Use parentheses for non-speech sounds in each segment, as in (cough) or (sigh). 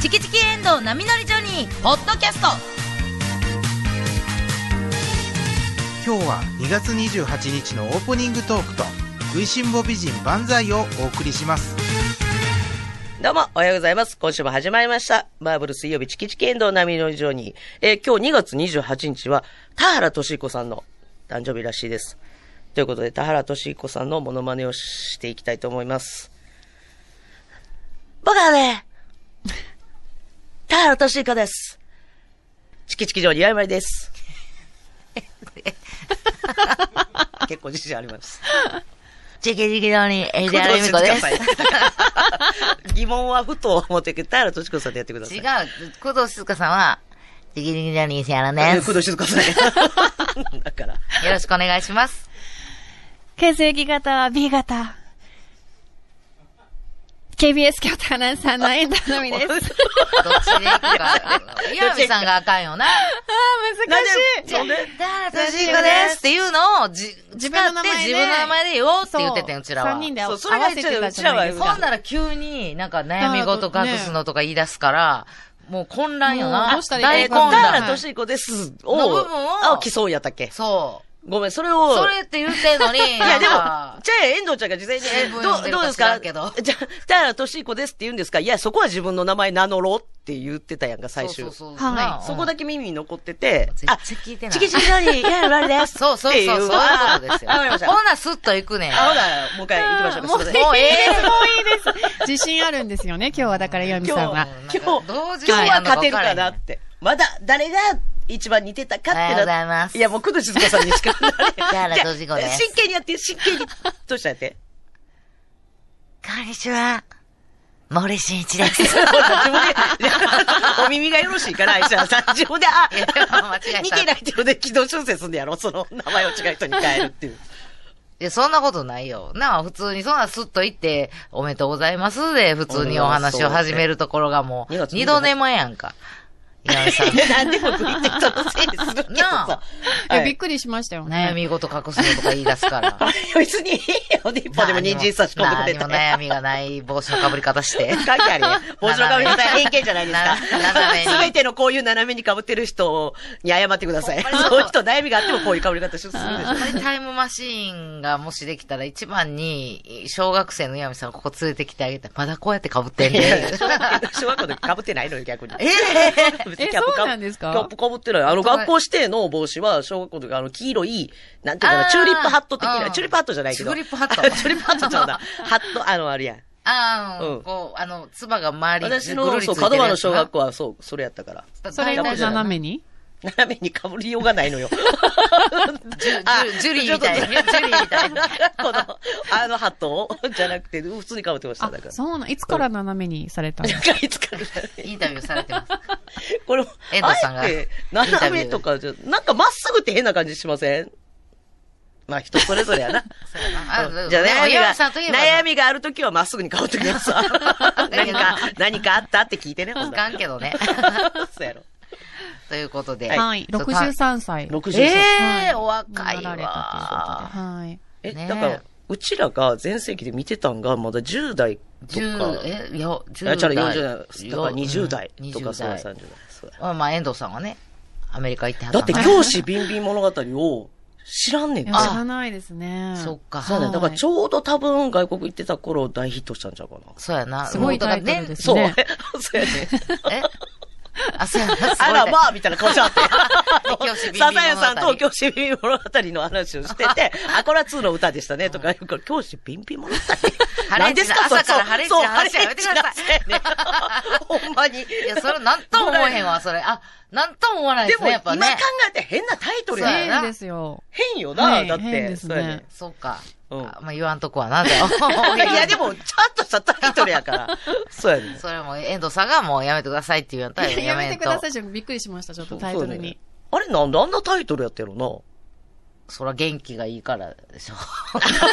チキチキエンドウ波乗りジョニー」ポッドキャスト今日は2月28日のオープニングトークと食いしん坊美人万歳をお送りしますどうも、おはようございます。今週も始まりました。バーブル水曜日チキチキエンドウ波のジョニー。えー今日2月28日は、田原俊彦さんの誕生日らしいです。ということで、田原俊彦さんのモノマネをしていきたいと思います。僕はね、田原俊彦です。チキチキジョニー、あいまりです。 (laughs) 結構自信あります。チキチキジョニー、エジアルミ (laughs) コ工で藤す。静香さん (laughs) 疑問はふと思ってくれたら、としこさんでやってください。違う、工藤静香さんは、チキチキジョニー、石原え (laughs) ーで工す。よ藤静香さ (laughs) ん。だから。ろしくお願いします。血液型は B 型。KBS 京都アナウンサーの遠藤のみです。あー、難しどっちで行くか。岩見さんがあかんよな。い。じゃあ、田原俊彦ですっていうのを、じ、自自分分のの名前名で自前で分の名前で言おうって言っててん、うちらは。 3人で合そうわそれがせてたじゃないですうちらほはんか。なら急になんか悩み事隠すのとか言い出すから、もう混乱よもな。うどうしたらい大いえか混わから田ん乱。原俊彦です。をの部分をあ、競うやったっけ。そごめん、それう。を。それって言ってんのに。いいや、でも、じゃはあ、遠藤ちゃんが事前に、え新聞ど読んでう、るどうかです知らかんじけゃどあ、田原俊彦ですって言うんですかいや、そこは自分の名前名乗ろうって言ってたやんか、最終。そうそそうそう。はいなこだけ耳に残っててうん、絶あ、対聞いてない。チキチキジョニー、やるわれです。 (laughs) そうそっうそう。そうていいうことですよ。あわかりました。ほな、スッと行くねん。あ、ほら、もう一回行きましょうか。すいませんもうええ。もういいです。 (laughs) 自信あるんですよね、今日は。だから、岩見今さ日んは。なん今か日、同時今に日やはんのか勝分てるからへかんなって。まだ、誰が一番似てたかってな。おはようございますいや、もう、工藤静香さんにしかなれへん。田原俊子ですじゃあ真剣にやって、真剣に。どうしたんや (laughs) って。こんにちは。森進 (laughs) 一です。自分で、いやお耳がよろしいから、石原さん。自分で、あいやでも間違え、た似てないっていうので、軌道修正すんねやろ。その、名前を違う人に変えるっていう。いや、そんなことないよ。なあ、普通にそんなスッと行って、おめでとうございますで、普通にお話を始めるところがもそううね、二度寝前やんか。岩見さん。 (laughs) いや、何でも食いって人のせいにするけどなさ。いや、はびっいくりしましたよ悩ね。み事隠すのとか言い出すから。 (laughs) 別にいいよ、一本でも人参差し込んでくれ何たもら。悩みがない帽子のかぶり方 (laughs) して。関係ありね。帽子の被り方は偏見じゃないですかな斜め。にすべてのこういう斜めに被ってる人に謝ってくださ (laughs) い。そういう人悩みがあってもこういう被り方するでしやっょ。ぱりタイムマシーンがもしできたら一番に、小学生の岩見さんをここ連れてきてあげたいまだこうやって被ってい (laughs) んやいやね。小学校の小学校の時被ってないのよ、逆に。え別にえ、キャップそうかなんですキャッかプ被ってない。あの、本当だ学校指定の帽子は、小学校の時、あの、黄色い、なんていうのかな、チューリップハット的うな、んチューリップハットじゃないけど。チューリップハット (laughs) チューリップハットちゃうな。 (laughs) ハット、あの、あるやん。ああ、うんこう、あの、つばが周りに私ぐの、るりつそう、いてる角やつな場の小学校は、そう、それやったから。それがが斜めに斜めに被りようがない (laughs) のよ。ジュあジュリーみたい。ジちょュっリーみたい。 (laughs) とこの、あのハットをじゃなくて、普通に被ってました。あだか、ら。そうなん、いつから斜めにされたんですかいつからインタビューされてます。これも、遠藤さんがあえて、斜めとかじゃ、なんかまっすぐって変な感じしませんまあ人それぞれやな。そうやなあじゃあでも悩み岩が、見さんといえばな悩みがあるときはまっすぐに変わってください。 (laughs) 何か、何かあったって聞いてね、ほん聞ならかんけどね。 (laughs) そうやろ。ということで。はいはい。63歳。 63ええおは若いいなられたわということ。で。はい。え、ねえだから、うちらが全盛期で見てたんが、まだ10代と十か。え、いや、10あ、代。違う、40代。だから20代うんとか、そう20 30代代。。そうやまあまあ、遠藤さんはね、アメリカ行ってはだっって、たん教師ビンビン物語を知らんねんいやて。知らないですね。そっか。そうだね。だからはいちょうど多分外国行ってた頃大ヒットしたんちゃうかな。そうやな。すごいタイトルですそう。ね。そうや (laughs) (laughs) ね。えあ、そうやな。すごいあらまあみたいな顔しちゃって。 (laughs) 教師ビンビン物語サザエさんと教師ビンビン物語の話をしてて、あ、これは2の歌でしたねとか言うから、教師ビンビン物語。何ですかそれ朝 (laughs) からハレンチの話はやめてくださいそうそうハレンチの話やねほん (laughs) まに。いや、それ、なんとも思えへんわ、それ。あ、なんとも思わないでですも、ね、や今っ考ぱね。えて変なタイトルやねそうやな変ですよ。変よはな、いだって。変ですねそうやねそうか。うんあまあ、言わんとこはな、で (laughs) いや、でも、ちゃんとしたタイトルやから。 (laughs) そうやね。それも、遠藤さんがもうやめてくださいって言うんやったらややめめてんくとだ。さい。ちょっとびっくりしました、ちょっとタイトルに。あれ、なんであんなタイトルやってるのそら元気がいいからで (laughs) しょ。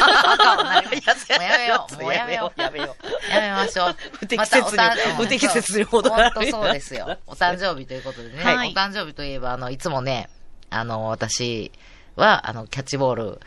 いやそもうやめよう、もうやめよ (laughs) う。やめよう。やめましょう。不適切にまたお誕 (laughs) 不適切に戻られる本当そうで (laughs) すよ。お誕生日ということでね。はいお誕生日といえば、あの、いつもね、あの、私は、あの、キャッチボール、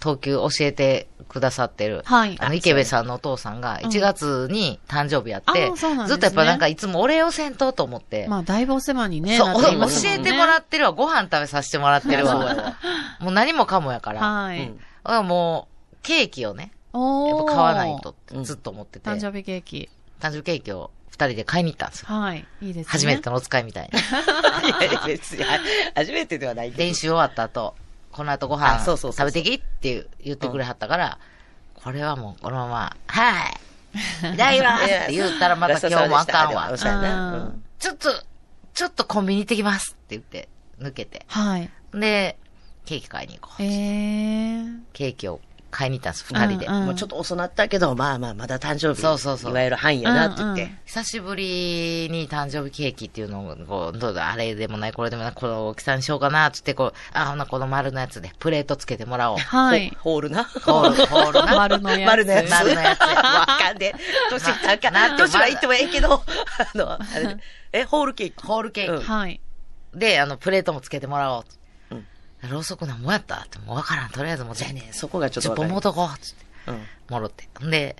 投球教えてくださってる、はいあの、池部さんのお父さんがうん1月に誕生日やって、あーそうなんですねずっとやっぱなんかいつもお礼をせんとと思って、まあ、だいぶお世話にね、そう、なおっ教ていますえてもらっってるわ、ご飯食べさせてもらってるそうやわわ。もう何もかもやかたら。 (laughs) はういん。 (laughs) もう、ケーキをね、やっおぱー買わないとっおてーずっと思ってて、誕誕生日ケーキ。生日ケーキを二人で買いに行ったんですよ。はい。いいですね。初めてのお使いみたいな。 (laughs) いや別に、は初めてではないけど練習終わった後、この後ご飯あそうそうそう食そうべてきって言ってくれはったから、これはもうこのまま、 (laughs) はい、いただきますって言ったらまた今日もあかんわごち。そうさまでしたでもそうやねうんうんちょっと、ちょっとコンビニ行ってきますって言って、抜けて。はい。で、ケーキ買いに行こう。えー。ケーキを買いに行ったんです、二人で。うんもうちょっと遅なったけど、まあまあ、まだ誕生日。そうそうそういわゆる範囲やなって言っうんてうん。久しぶりに誕生日ケーキっていうのを、こう、どうだ、あれでもない、これでもない、この大きさにしようかな、つって、こう、あ、ほな、この丸のやつで、プレートつけてもらおう。はい。ホホールな。ホール、ホールな。丸のや (laughs) つ。丸のやつ。丸のやつわかんねえ。年いったんか。な年は言ってもええけど、あの、あれねえ、ホールケーキ。ホールケーキ。はい。で、あの、プレートもつけてもらおうう。んろうそくなんもやったって、もうわからん。とりあえずもうじゃあ全然、ね、そこがちょっと10わかん本ないもとこう。つって、うんもろって。んで、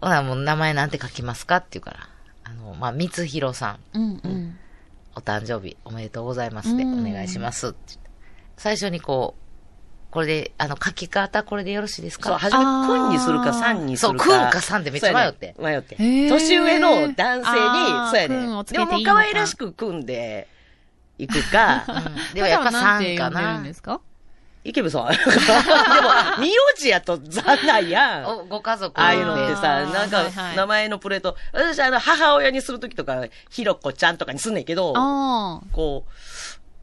ほな、もう名前なんて書きますかって言うから、あの、まあ、三つひろさん。うんうん。お誕生日おめでとうございますで、おうん願いしますって言って最初にこう、これで、あの、書き方これでよろしいですそう、か初め、あー君にするか、さんにするか。そう君かさんでめっちゃ迷ってそうやね迷って。へー年上の男性に、あーそうや君をね。つけでていももいのかう可愛らしく組んで、いくか、うん (laughs) でもやっぱなん3て呼かんでるんなで。すか池部さん。で (laughs) も、名字やと残ないやん。あおご家族あいうのってあさ、ーなんはいかは、い名前のプレート。私、あの、母親にするときとか、ひろこちゃんとかにすんねんけど、ああ。こ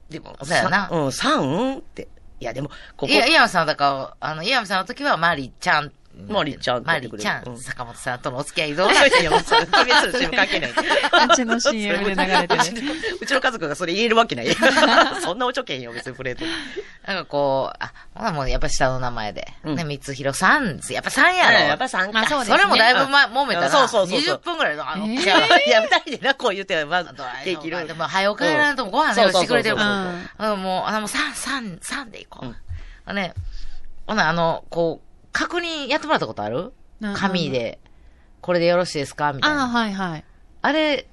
う、でも、そうやなさうん、さんって。いや、でも、ここ、いや、岩見さんはだから、あの、岩見さんの時はマリちゃん。マリちゃんってマ言ってリくれるちゃ。うんん坂本さんとのお付き合いどういだやいやもうそれ鬼滅の CM 関係ない。うちの CM で流れてるうちのうちの家族がそれ言えるわけない。 (laughs) そんなおちょけんよ、別にプレート。なんかこう、あ、ほなもうやっぱ下の名前で。うんね、三つひろさん。やっぱ3やろ。やっぱ3まあ回。そうですそねれもだいぶま、揉めたな。そうそうそうそう20分くらいの、あの、えーじゃあいや、二人でな、こう言って、まずあとは、、ケーキいろいでろ。も、早お帰らんともご飯用意してくれてるもん。そうそうそううんもう、あの、もう、三、三、三で行こうんう。あね、ほな、あの、こう、確認やってもらったことあるな紙。で、これでよろしいですかみたいああ、な。はいはい。あれ、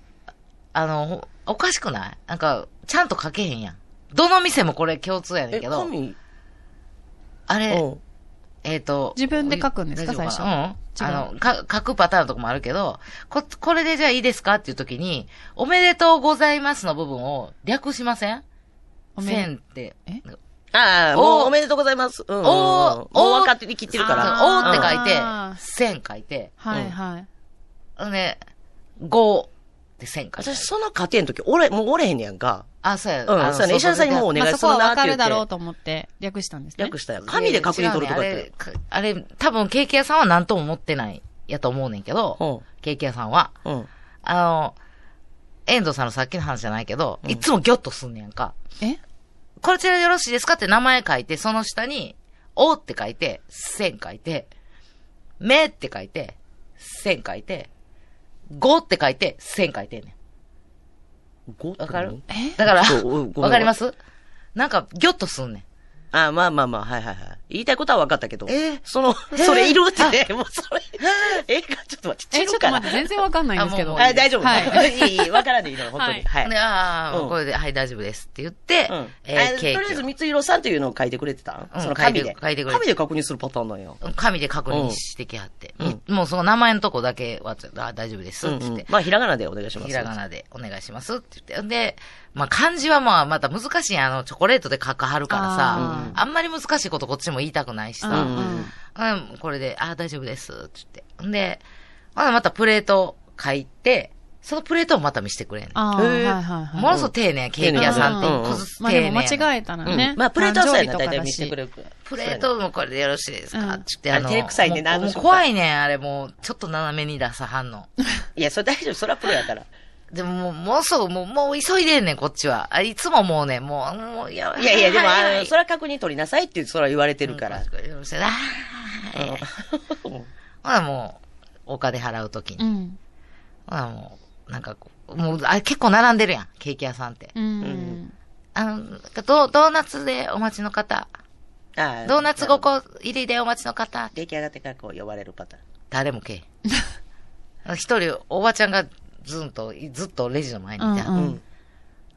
あの、ほおかしくないなんか、ちゃんと書けへんやん。どの店もこれ共通やねんえ、けど、神あうれ、ん。えっと。自分で書くんですか大丈夫最なうん。違うあの、か、書くパターンのとこもあるけど、こ、これでじゃあいいですかっていう時に、おめでとうございますの部分を略しませんおめでせんって。えああ、おもうおめでとうございます。うんうんうん。おもーう分かって切ってるかあら。そうおーって書いてあ、ーせん書いて、はいはい。あのね、ごってせん書いて。私、その家庭の時、おれ、もうおれへんねやんか。あ、そううや。ん、そうやね。医者さんにもうおま願あいそすこるはなっわてか言るって。だろうと思って略したんですね。略したやん。紙で確認取るとかやって。かあれ、多分ケーキ屋さんは何とも思ってないやと思うねんけど、ケーキ屋さんは。うん。うん。あの、遠藤さんのさっきの話じゃないけど、いつもギョッとすんねやんか。えこちらよろしいですかって名前書いて、その下に、おって書いて、線書いて、めって書いて、線書いて、ごって書いて、線書いてんねごわかるうんえん。だからちょっとお、ごめんわかりますなんか、ギョッとすんねん。ああまあまあまあ、はいはいはい。言いたいことは分かったけど。えーその、それいるってね、もうそれ。えー、ちょっと待って、散え、ちょるっとか待って、ら。全然わかんないんですけど。あもうあ、大丈夫。。はいいい、分からんでいいのよ、本当に。はい。で、ああ、うんこれで、はい、大丈夫ですって言って、うん。えあー、とりケあーえず、キを三つ色さんというのを書いてくれてた、うんその紙で。書いてくれて紙で確認するパターンなんや。うん紙で確認してきはって、うんみもうその名前のとこだけは、あ大丈夫ですうっんてう言ってん。、まあ、ひらがなでお願いします。ひらがなでお願いしますって言って。で、まあ漢字はまあまた難しいやんあの、チョコレートで書くはるからさ、ああんまり難しいことこっちも言いたくないしうさ、んうんううんん。うん、これで、あ大丈夫ですって言って。んで、ほなまたプレート書いて、そのプレートをまた見せてくれんねんああ、はへいーはいはい。ものすごく丁寧や、ケーキ屋さんって。うん一個ずつ丁まあで寧やもん間違えたらねう。んまあ、プレートはそうやな、大誕生日とか体だ見しせてくれる。プレートもこれでよろしいですか、うんって言って、あの、あ照れくさいねんなもうあの人怖いねん、あれもう、ちょっと斜めに出さはんの。いや、それ大丈夫。それはプロやから。でももう、もうすぐ、もう、もう急いでんねん、こっちは。あいつももうね、もう、もう、いやいやいや、でも、はあはの、それは確認取りなさいって、それは言われてるから。うんよろしいあーはいうんほらもう、お金払うときうに。ん。ほらもう、なんかこう、もう、あ、結構並んでるやん、ケーキ屋さんって。うん。あの、なんかドドーナツでお待ちの方。ああドーナツ5。個入りでお待ちの方、出来上がってからこう呼ばれるパターン。誰もけえへん。 (laughs) 一人、おばちゃんがずんと、ずっとレジの前にいた。うんうん。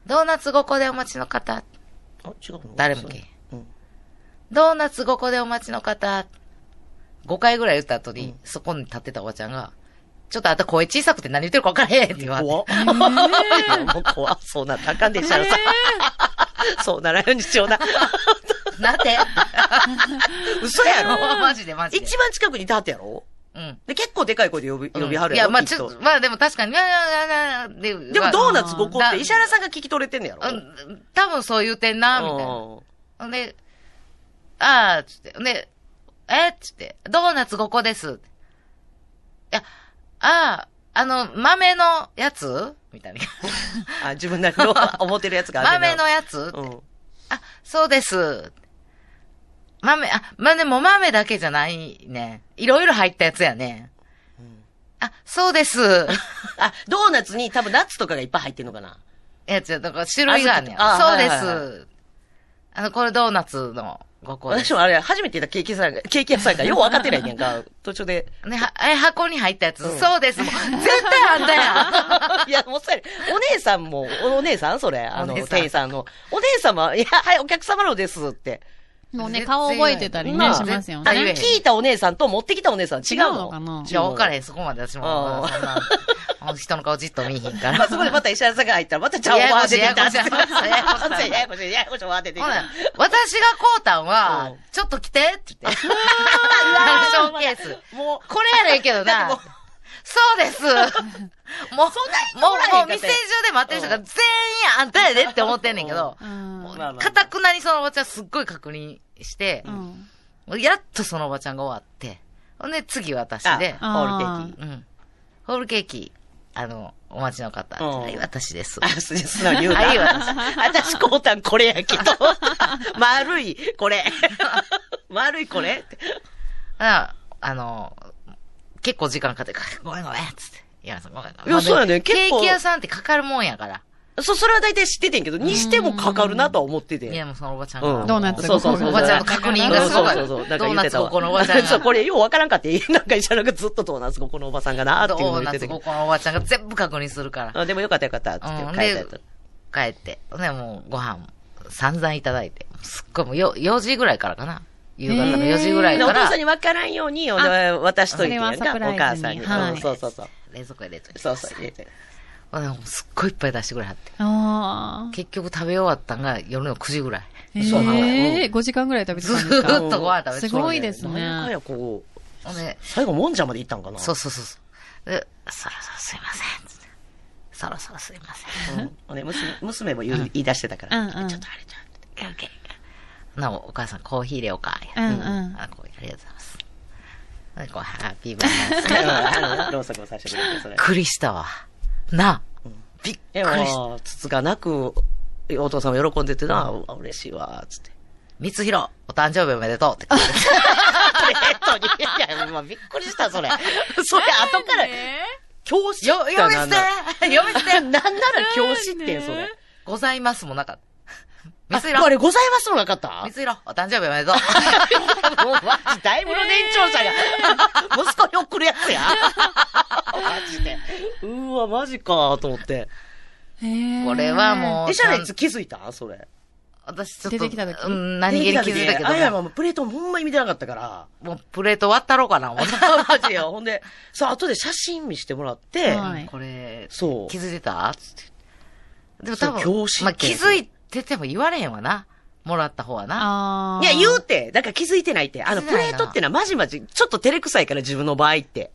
ドーナツ5個でお待ちの方、あ、違うの誰もけえうん。ドーナツ5個でお待ちの方、5回ぐらい言った後に、そこに立ってたおばちゃんが、ちょっとあんた声小さくて何言ってるか分からへんって言われて。怖っ。もう (laughs) 怖っ。そうなったらあかんでっしゃるさ。 (laughs) そうならんようにしような。なんて嘘や (laughs) (laughs) ろマジでマジで。一番近くに立ってやろうん。で、結構でかい声で呼び、呼びはるいやや、ろまあきっちょとっと、まあでも確かに、いやいやいやいやででもドーナツ5あー個ってな石原さんが聞き取れてんのやろうん、多分そう言うてんな、みたいな。ほんで、あー、つって、ほんで、えーつって、ドーナツ5個です。いや、あー、あの、豆のやつ (laughs) みたいな。あ、自分なりの (laughs) 思ってるやつがある豆のややつ、うん。あ、そうです。豆、あ、まあ、でも豆だけじゃないね。いろいろ入ったやつやね。あ、そ (laughs) うです。あ、ドーナツに多分ナッツとかがいっぱい入ってんのかなやつや、だから種類があるねんあそそううで。ですすあ,、あはいの、これドーナツの5個です私。もあれ、初めてだケーキ屋さんが、ケーキ屋さんがよう分かってないやんか。途中で。ね、は、え、箱に入ったやつ。うんそうです。もう絶対あんた (laughs) やん。いや、もうそれ、お姉さんも、おお姉さんそれ、あの、お姉さん店員さんの。お姉様、いや、はい、お客様のですって。もう全ね、然顔覚えてたりなね、あしますよあの言えね。へん聞いたお姉さんと持ってきたお姉さん違う違のうのかないや、分からへん。ん。そこまで私も、あーまだそんな、あの人の顔じっと見えへん (laughs) から。まあ、そこでまた石原さんが入ったら、またちゃんややおこばしい出てきた。ややこしいややこしい、ややこしい、ややこしい、おば出てきほなた。、私がこうたんはうん、ちょっと来てって言っ (laughs) て。ショ (laughs) ーケース。もう、これやねんけ (laughs) どだなっても。そうです。 (laughs) もう、もおらへんう、かもうったや店中んで待ってる人が全員あんたやでって思ってんねんけど、うんもまあうまあかたくなにそのおばちゃんすっごい確認してう、ん。もうやっとそのおばちゃんが終わって、ほんで次私で、あホールケーキ。うん。ホールケーキ、あの、お待ちの方、うんはい、私です。あ、す、素直に言うな。あいいわ私、こうたんこれやけど。 (laughs) 丸い、こ (laughs) れ。丸い、これ。ああの、結構時間かかって、ごめんごめん、つって。いや、ごめんごめん。いやそうやねまあでも結構ケーキ屋さんってかかるもんやから。そ、それは大体知っててんけど、にしてもかかるなとは思ってて。いや、もうそのおばちゃんが。うんドーナツそうそうそう。おばちゃんの確認がすごかったそうそうそう。なんかドー言っナてツた5わ個のおばちゃん (laughs) がそう、これようわからんかって、 (laughs) なんか石原がずっとドーナツ5個のおばさんがなーっていうドのを言ーっナてツたけど5個のおばちゃんが全部確認するから。あでもよかったよかった、つってう帰んったやつで。帰って。ね、もうご飯散々いただいて。すっごいもうよ4時ぐらいからかな。夕方の4時ぐらいでおか父らさん。に分からんように、お渡しといてやんそれはか、サおプライズに母さんに。はいうんそうそうそう。冷蔵庫へ冷凍そうそう、入れて。ほんでもうすっごいいっぱい出してくれはって。あ結局食べ終わったんが夜の9時ぐらい。あ。そうなのええ、5時間ぐらい食べてずたんですかーっとご飯食べて。すごいですすなんね。やこう、ほんで最後、もんじゃまで行ったんかな。そうそうそうそう。で、そろそろすいません。つってそろそろすいません。うんね、娘娘も言う言い出してたから、うんうんちょっとあれちゃうオッケーなお、お母さんコーヒー入れようか。うんうんあコーヒーありがとうございます。なんかこうハッピーバースデー。あのろうそくをさしてくれて、そびれっ。くりしたわ。なあ。びっくりえ、した。もう、つつがなく、お父さんも喜んでてな、うわ嬉しいわ、つって。三つひろ、お誕生日おめでとうって。本当に。いや、もうびっくりした、それ。 (laughs) それ、後から、教師よ、って読みな捨んてな読み捨てん (laughs) なら教師ってん、それ。ございますもなかった。あ三つひあれ、ろ、ございますのなかった三つひろ、お誕生日おめでとう。 (laughs) もうマジ、だいぶの年長者が、息子に送るやつ (laughs) や。マジで。うわ、マジか、と思って。へえこれはもう。え、シャレいつ気づいたそれ。私ちょっと。出てきた時うん、何気に気づいたけあやどまもプレートもほんまに見てなかった (laughs) から。もう、もうプレート割ったろうかな、思ってマジよ。ほんで、そう、後で写真見してもらって、はいこれ、そう気づいてたつって。でも多分、そう教師ってまあ、気づいてても言われへんわな。もらった方はな。ああ。いや、言うて、だから気づいてないって。あの、気づプかないレなートってのはまじまじ、ちょっと照れくさいから自分の場合って。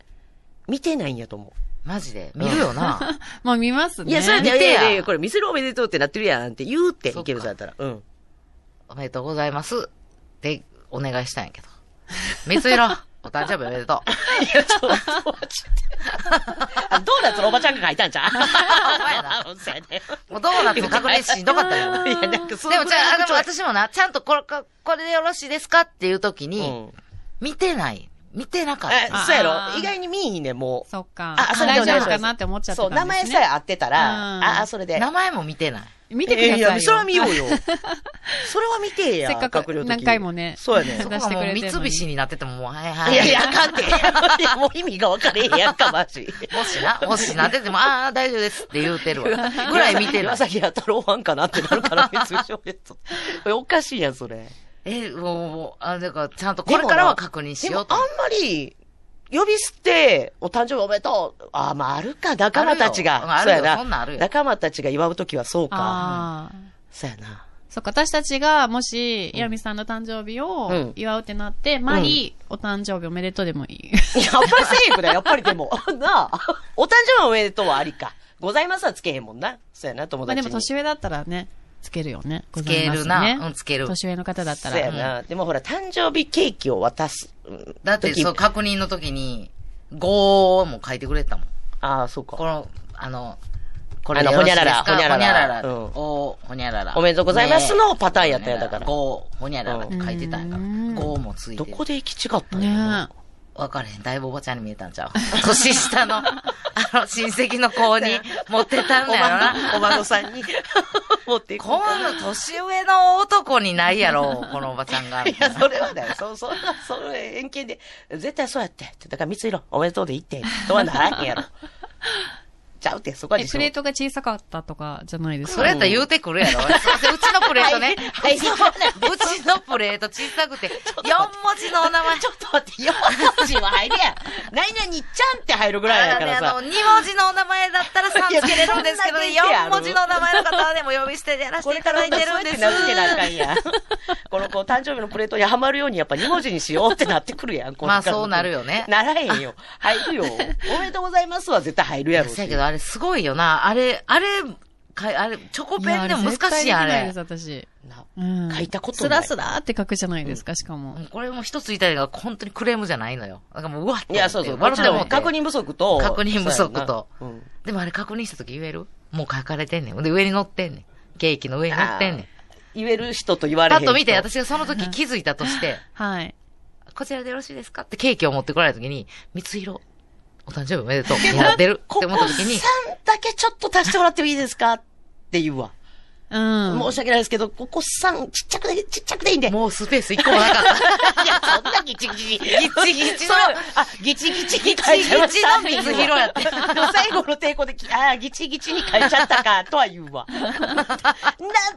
見てないんやと思マジで。見るよ (laughs) な。まあ見ますう。ね。いや、それで、見いてややいやいや、これ見せるおめでとうってなってるやんって言うて、そっいかけるさやったら。うん。おめでとうございます。って、お願いしたんやけど。三つ色、お誕生日おめでとう。いや、ちょっと、ちょっと。あドーナツのおばちゃんが書いたんちゃ (laughs) うお前な。そうやね。もうドーナツの確認しんどかった (laughs) よ。いや、なんかでそもじゃのぐらいあ、でのも私もな、ちゃんとこれ、ここれでよろしいですかっていう時うに、ん。見てない。見てなかった。え、そうやあろー意外に見えひんねん、もう。そっか。あそれでお大願いします丈夫かなって思っちゃってそたう、んですね。名前さえ合ってたら、うんああ、それで。名前も見てない。見てくださいよ。えや、それは見ようよ。それは見てや。せっかく閣僚の時何回もねそうやねそ。こ出しがてもうくれてんの三に菱になっててももう、はいはいい。やいや、あかんて。もう意味が分かれへんやんか、マジ。もしな、もしなってても、ああ、大丈夫ですって言 (laughs) うてるわ。ぐらい見てる岩わ。崎弥太郎ファンかなってなる (laughs) から、別に小説。おかしいやん、それ。え、もう、もう、あ、だから、ちゃんとこれからは確認しようとでも。あんまり、呼び捨て、お誕生日おめでとう。あ、まあ、あるか、仲間たちが。あるよそうやそんなんあるよ仲間たちが祝うときはそうか。ああ。そうやな。そっか、私たちが、もし、岩見さんの誕生日うをん祝うってなって、マリー、お誕生日おめでとうでもいい。いやあんまりせえへんくない、やっぱりでも。 (laughs) なあ。お誕生日おめでとうはありか。ございますはつけへんもんな。そうやな、友まあ達でに。も年上だったらね、つけるよね。つけるございなますねうんつける年上の方だったそうやら。な。でもほら、誕生日ケーキを渡す。うんだって、時そう、確認の時に、5も書いてくれてたもん。ああ、そうこか。の、あの、これであのよろしいですかほにゃららほにゃらら。うんおーほにゃらら。おめでとうございますのパターンやったんやねだから5、ほにゃららって書いてたんやから。うん5もついてどる。こで行き違ったんやろなねわかれへん。だいぶおばちゃんに見えたんちゃう年 (laughs) 下の、あの、親戚の子に持ってたんおだよばな。の、おばのさ (laughs) んに持っていくんこかの年上の男にないや (laughs) ろ、このおばちゃんが。いや、それはだよ。そ、そんな、それ、偏見で。絶対そうやって。だから、光弘、おめでとうでいいって。とはならへんやろ。ちゃうって、そこはえ、自信プ持レっートが小さかったとかじゃないですそか。れやったら言うてくるやろ。すいませんうちのプレートね。はいはいうちのうちのプレート小さくて、4文 (laughs) 字のお名前。ちょっと待って、4文字は入るやん。何々ちゃんって入るぐらいやあかのねらあさの、。2文字のお名前だったら3つけれるんですけどね、いやそんな4文字のお名前の方はでも呼び捨てでやらせこてれいかたらだそういてやるっんでてす。名付けなあかんやん。この子、誕生日のプレートにはまるように、やっぱ2文字にしようってなってくるやん。これまあからそうなるよねならへんよ。入るよ。おめでとうございますは絶対入るやろし。せやけど、あれすごいよな。あれ、あれ、かいあれ、チョコいペやンでも難しいやん、ああれれ絶。対できないです、な私。書いたことスない。ラスラって書くじゃないですか、しかも。これも一つ言いたいのが、本当にクレームじゃないのよ。だからもう、うわっと思って。いや、そうそう。笑ってもうて確認不足と。確認不足とそうやなうんでもあれ確認した時言えるもう書かれてんねん。で、上に乗ってんねん。ケーキの上に乗ってんねん。言える人と言われパへんッ人。と見て、私がその時気づいたとして、はい。こちらでよろしいですかってケーキを持ってこられた時に、三つ色、お誕生日おめで (laughs) とう。やってるっこてこ思さっんた時に、だけちょっと足してもらってもいいですかって言うわ。うん。申し訳ないですけど、ここさん、ちっちゃくで、ちっちゃくでいいんで。もうスペース一個もなかった。いや、そんなギチギチ。ギチギチのあ、ギチギチにギ書いチちゃいまギしチたの三つ色やって。あの最後の抵抗で、き (laughs) あーギチギチに変えちゃったか、とは言うわ。なん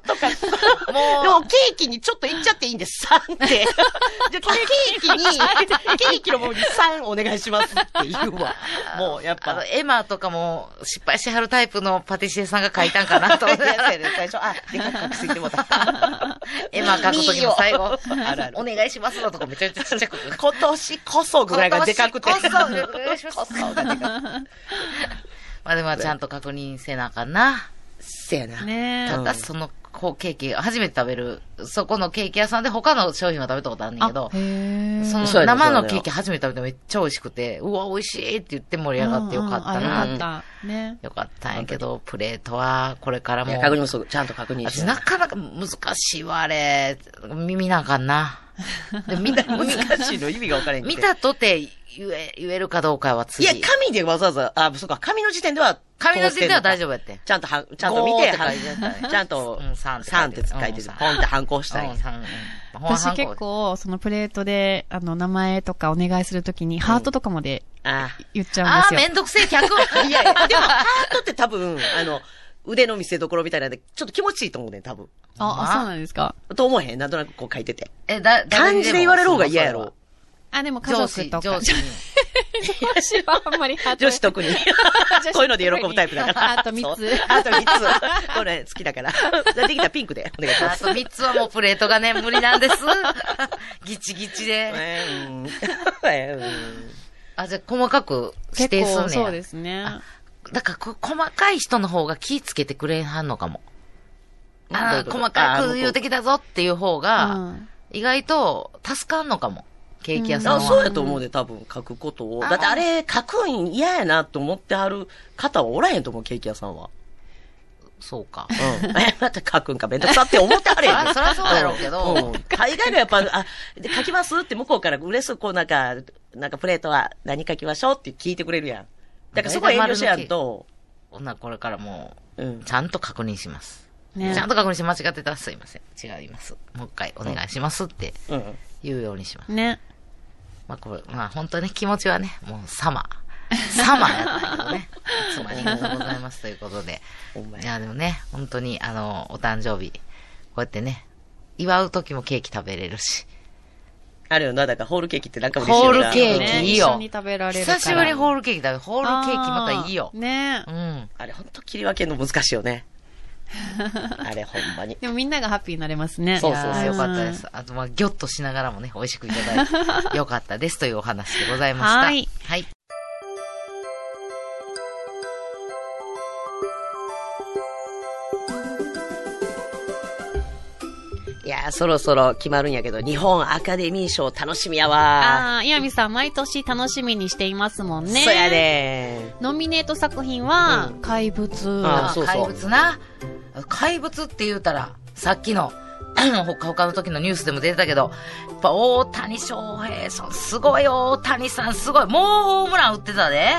とか、もうでもケーキにちょっといっちゃっていいんです、3って。じゃあ、ケーキに、ケーキの方に3お願いしますって言うわ。もう、やっあの、ぱ。エマとかも失敗しはるタイプのパティシエさんが書いたんかなと思って。そうやね最初、あ、でかく隠してもう (laughs) た。エマ書く時も最後いいよあるあ、るお願いしますのとかめちゃめちゃちっちゃく。今年こそぐらいがでかくて。 (laughs) 今年こそお願いしますこそがでかくてまあでもちゃんと確認せなあかんな。せやな。ねえただその、こう、ケーキ、初めて食べる、そこのケーキ屋さんで他の商品は食べたことあるんだけどへ、え。そのそうやね生そうやのねケーキ初めて食べてめっちゃ美味しくて、うわ、美味しいって言って盛り上がってよかったなうんうんあっよて。かった。ね。よかったんやけど、プレートは、これからいもや、。確認不足、ちゃんと確認し私て。なかなか難しいわ、あれ。耳なんかんな。で見た、見たしいの意味が分からへん見たとて言え、言えるかどうかはい次。や、紙でわざわざ、あ、そうか、紙の時点では、紙の時点では大夫。丈夫やって。ちゃんとは、ちゃんと見て、ゴーって書いてあったはちゃんと、うんさんって書いてさんって書いてうるん。ポンって反抗したい。うんさんうんほんま私結構、そのプレートで、あの、名前とかお願いするときに、ハートとかまであ言っちゃうんあであ、すよ。めんどくせえ客。あ。 (laughs) いやいや、でも、ハートって多分、あの、腕の見せ所みたいなんで、ちょっと気持ちいいと思うねん、多分。あ、あそうなんですか。と思えへん。なんとなくこう書いてて。え、だ、誰漢に字もで言われる方が嫌やろ。。あ、でも家上族司、とか。上司に。女子はあんまりハート女子 (laughs) 特に。こういうので喜ぶタイプだから。あと3そうつ。あと3つ。これ好きだから。じゃあできたらピンクでお願いしまあす。と三つはもうプレートがね、無理なん (laughs) です。ギチギチで。ねうんねうん (laughs) あ、じゃあ細かく指結定すんね構やそうですね。だからこ、細かい人の方が気ぃつけてくれはんのかも。どういあうこあ、と細かあーく言うてきたぞっていう方うが、ん意外と助かんのかも。ケーキ屋さんあは。そうやと思うで、多分書くことを。あだってあれ書くん嫌やなと思ってはる方はおらへんと思う、ケーキ屋さんは。そうか。うん。 (laughs) え、また書くんかめんどくさって思ってはれへん。あそらそうやろうけどんうん大概のやっぱ、あ、で書きますって向こうから嬉しそう、こうなんか、なんかプレートは何書きましょうって聞いてくれるやん。だからそこは遠慮しやんと。 (laughs) ほな、これからもうんう、ち。ゃんと確認します。ねちゃんと確認して間違ってたらすいません。違います。もう一回お願いしますってうん。言うようにします。ね。まあこれ、まあ本当にね、気持ちはね、もう様。様やったけど (laughs) ね。つまりがとうございますということで。ほんまいや。や、でもね、本当に、あの、お誕生日、こうやってね、祝う時もケーキ食べれるし。あるよな、だからホールケーキってなんか嬉しいよな。ホールケーキねいいよ一緒に食べられるから。久しぶりにホーールケーキ食べる、ホールケーキまたいいよ。ねう。ん。あれ、ほんと切り分けるの難しいよね。あれ、ほんまに。でもみんながハッピーになれますね。そういやーよそうかったです。あと、まあ、ぎょっとしながらもね、美味しくいただいて、よかったですというお話でございました。はい。はい。いやー、そろそろ決まるんやけど、日本アカデミー賞楽しみやわああ、岩見さん毎年楽しみにしていますもんー。ね。そうや。ねノミネート作品はう、怪物。ああそうそう怪物な。怪物って言うたら、さっきの、 (clears throat) ほかほかの時のニュースでも出てたけど、やっぱ大谷翔平さん、すごい大谷さん、すごい。もうホームラン打ってたで。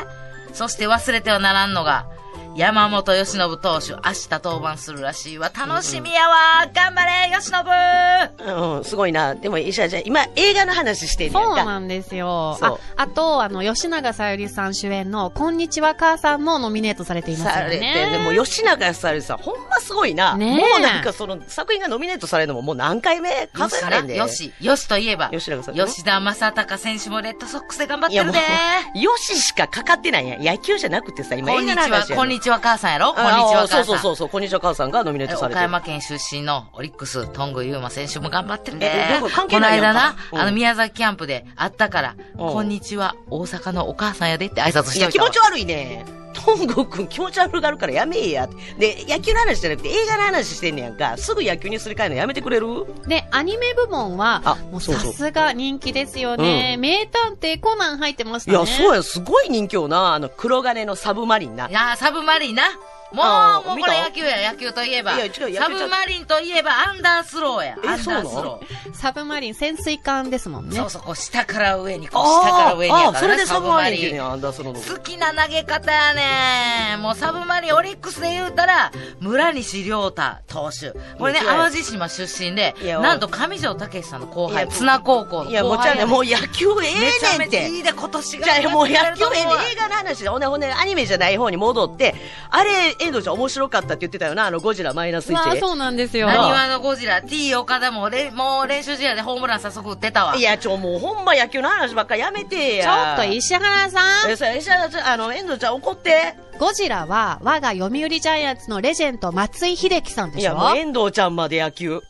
そして忘れてはならんのが、山本由伸投手、明日登板するらしいわ。楽しみやわ、頑張れ、由伸ー。うん、すごいな。でも、石原ちゃん、今、映画の話してんねやそんうか。なんですよ。そあう、あと、あの、吉永さゆりさん主演の、こんにちは母さんもノミネートされていますさよれて、ね。でも吉永さゆりさん、ほんますごいな。ねえもうなんかその作品がノミネートされるのももう何回目数えられんで。よ。し、よしといえば、吉永さん吉田正尚選手もレッドソックスで頑張っいてやるもで。う、よししかかかってないやん。野球じゃなくてさ、今こん映に画ちのは話、やこんにちは母さんやろこんにちあは母あさん。そうそうそうそう、こんにちは母さんがノミネートされて岡る。山県出身のオリックス、トングユーマ選手も頑張ってるえねどういうこと関。係このないや間んかな、うんあの宮崎キャンプで会ったから、んこんにちは、大阪のお母さんやでって挨拶しいてや、み気たわ持ち悪いね。トンゴ君気持ち悪がるからやめえやって。で、野球の話じゃなくて映画の話してんねやんか。すぐ野球にすり替えるのやめてくれるで、アニメ部門はあ、もうそうさそうすが人気ですよね。名探偵コナン入ってましいたね。や、そうや。や、すごい人気よな。あの、黒金のサブマリンな。いやーサブマリンな。あもーう、もう見こたれ野球や、野球といえば。いや違う野球ちゃサうブマリンといえば、アンダースローや。えアンそうなダーのスロー。サブマリン潜水艦ですもんね。そうそう、こう下から上に、こう下からあ上にあやあからあ、それねでサブマリンっていうサねやアンダースローの。好きな投げ方やねもうサブマリン、オリックスで言うたら、村西亮太投手。これね、いや違う淡路島出身でい、やなんと上条武さんの後輩、いや綱高校の後輩。いや、もうちゃうね、もう野球えめちゃえねんめっちゃて。いいで、今年が。じゃあもう野球ええねんや映画の話で、ほんでほんでアニメじゃない方に戻って、あれ、遠藤ちゃん面白かったって言ってたよな、あのゴジラマイナスまあ、 1。そうなんですよ。なにわのゴジラ、T 岡田もれ、もう練習試合でホームラン早速打ってたわ。いや、ちょ、もうほんま野球の話ばっかりやめてちょっや。と石原さん、え、さ、石原ちゃん、あの、遠藤ちゃん怒って。ゴジラは我が読売ジャイアンツのレジェンド松井秀喜さんでいしや、もょう遠藤ちゃんまで野球。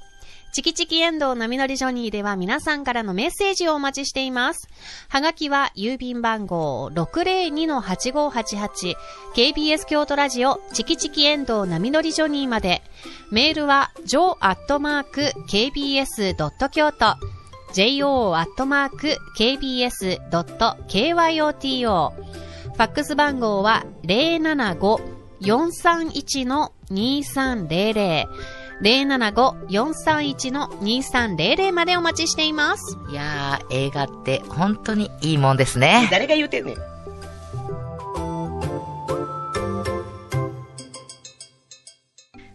チキチキ遠藤波乗りジョニーでは皆さんからのメッセージをお待ちしています。はがきは郵便番号 602-8588KBS 京都ラジオチキチキ遠藤波乗りジョニーまで。メールは jo.kbs.kyoto jo.kbs.kyoto ファックス番号は075-431-2300 075-431-2300までお待ちしています。いやー、映画って本当にいいもんですね。誰が言うてんねん。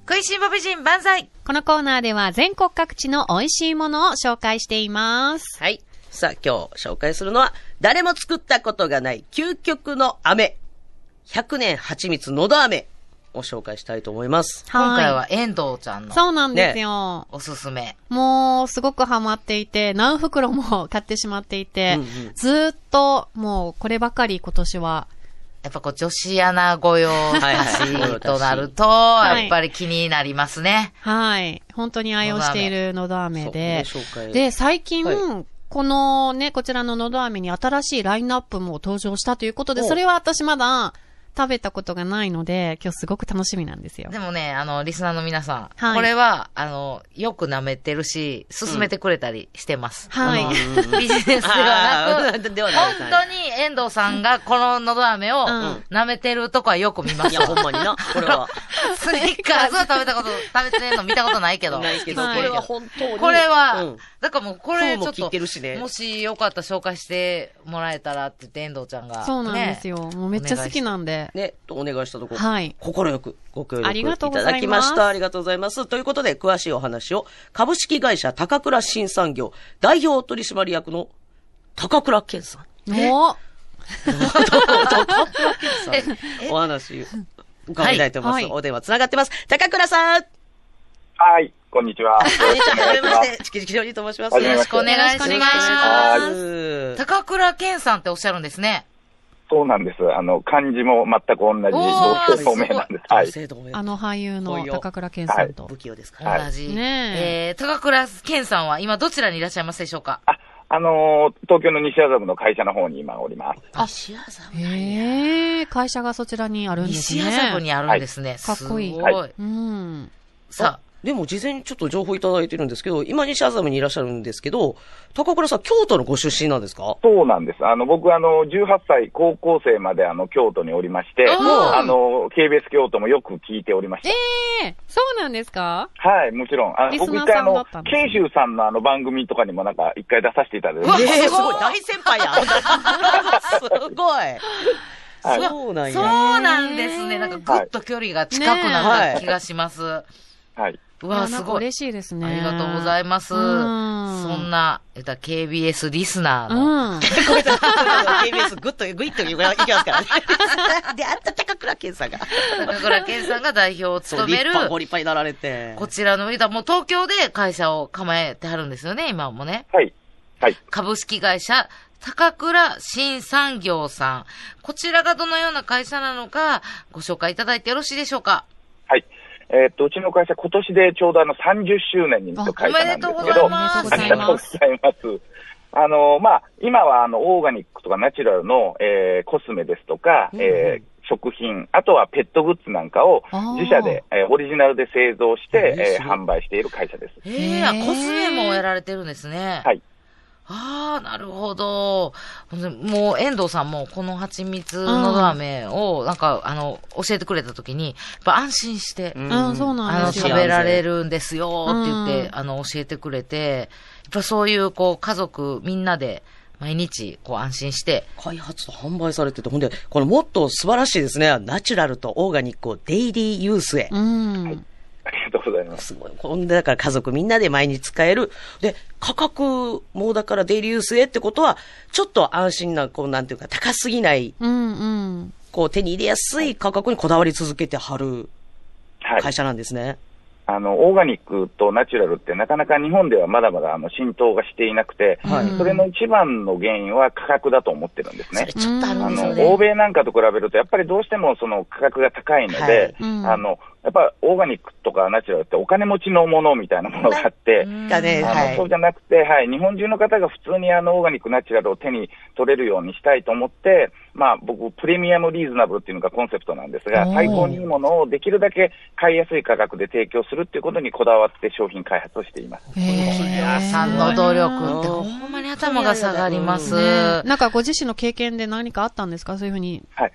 食いしん坊美人万歳このコーナーでは全国各地の美味しいものを紹介しています。はい。さあ、今日紹介するのは、誰も作ったことがない究極の飴。100年蜂蜜のど飴を紹介したいと思います。今回はは遠藤ちゃんい。のそうなんですよ。おすすめ。もう、すごくハマっていて、何袋も買ってしまっていて、うんうんずーっと、もう、こればかり今年は。やっぱこう女子アナ御用はいはい達となると、いやっぱり気になりますね。はい。本当に愛用しているのど飴で。そうご紹介で、最近、はこのね、こちらののど飴に新しいラインナップも登場したということで、おそれは私まだ食べたことがないので、今日すごく楽しみなんですよで。もね、あの、リスナーの皆さん、はいこれは、あの、よく舐めてるし、勧めてくれたりしてます。はいあのビジネスではなあく、ー本ではないです当に遠藤さんがこののど飴をうん舐めてるとこはよく見まいすや、よ。ほんまにな、これは。スニッカーズは食べたこと、食べてるの見たことないけど。ないけど、はいこれは本当に。これは、うんだからもうこれちょっそうも切とってるしね、もしよかったら紹介してもらえたらって言って遠藤ちゃんが。そうなんですねよ。もうめっちゃ好きなんで。はい。ね、とお願いしたところ、はい心よくご協力あいりがとうごたざいまだきましすた。ありがとうございます。ということで、詳しいお話を、株式会社高倉新産業代表取締役の高倉健さん。もう、高倉健さんえにお話伺いたいと思います。はいお電話つながってます。高倉さんこはい、こんにちは。んにちは。はじめまはして。チキチキジョニーと申します。はよじめろましくお願いしますよろしくお願いします高倉健さんっておっしゃるんですね。そうなんです。あの、漢字も全く同じ同姓同名なんです。女はい。性同盟あの俳優のおいよ高倉健さんと不。器用ですか同ら。はいじ。ねえー、高倉健さんは今どちらにいらっしゃいますでしょうかあ、あのー東京の西麻布の会社の方に今おります。あ西麻布へえ、会社がそちらにあるんですね。西麻布にあるんですね。かっこいいすご。はいうん。さあ、でも事前にちょっと情報いただいてるんですけど、今西麻布にいらっしゃるんですけど、高倉さん、京都のご出身なんですかそうなんです。あの、僕、あの、18歳、高校生まで、あの、京都におりまして、おーあの、KBS 京都もよく聞いておりました。ええ、そうなんですかはい、もちろん。あリのス僕ナー一回さあんだのったん、ですね慶州さんのあの番組とかにもなんか一回出させていただいて、わはすいごいえーすごい大先輩やすごいそうなんそうや。なんですね。なんかぐっと距離が近くなった気がします。はい。ういわ、やなすんかごい。嬉しいですね。ありがとうございます。そうんんな、えっと、KBS リスナーの、うん。 KBS (laughs) ぐっと、ぐいっといきますからね。 (laughs) で、あった高倉健さんが。高倉健さんが代表をそう、務立める、派、ご立派になられて。こちらの歌、もう東京で会社を構えてはるんですよね、今もね。はい。はい。株式会社、高倉新産業さん。こちらがどのような会社なのか、ご紹介いただいてよろしいでしょうか。はい。えーっと、うちの会社、今年でちょうどあの30周年になる会社なんですおめけでとうごど、ざいますおあめでりとがうとごうざいごまざす。います。あの、まあ、今は、あの、オーガニックとかナチュラルの、えーコスメですとか、うんうんえー食品、あとはペットグッズなんかをあー自社で、えーオリジナルで製造しえーて、えーすごい販売している会社です。ええへえコスメもやられてるんですね。はい。ああ、なるほど。ほんでもう、遠藤さんも、この蜂蜜のど飴を、なんか、あの、教えてくれたときに、やっぱ安心して、うん、そうあなんの、です食よ。べられるんですよって言って、うあの、教えてくれて、やっぱそういう、こう、家族みんなで、毎日、こう、安心して、開発と販売されてて、ほんで、このもっと素晴らしいですね。ナチュラルとオーガニックをデイリーユースへ。うん。ありがとうございます。すごい。ほんで、だから家族みんなで毎日使える。で、価格もだからデイリーユースへってことは、ちょっと安心な、こう、なんていうか、高すぎない、うん、うん。こう、手に入れやすい価格にこだわり続けてはるはい。会社なんですね。あの、オーガニックとナチュラルってなかなか日本ではまだまだあの浸透がしていなくて、はいそれの一番の原因は価格だと思ってるんですね。それちょっとあるあんですのよね。欧米なんかと比べると、やっぱりどうしてもその価格が高いので、はいうんあのやっぱオーガニックとかナチュラルってお金持ちのものみたいなものがあって、うんだねあのはいそうじゃなくて、はい、日本中の方が普通にあのオーガニック、ナチュラルを手に取れるようにしたいと思って、まあ、僕、プレミアムリーズナブルっていうのがコンセプトなんですがおー、最高にいいものをできるだけ買いやすい価格で提供するっていうことにこだわって商品開発をしています。企業さんの努力って、うんほんまに頭が下がります。ねなんかご自身の経験で何かあったんですかそういうふうに。はい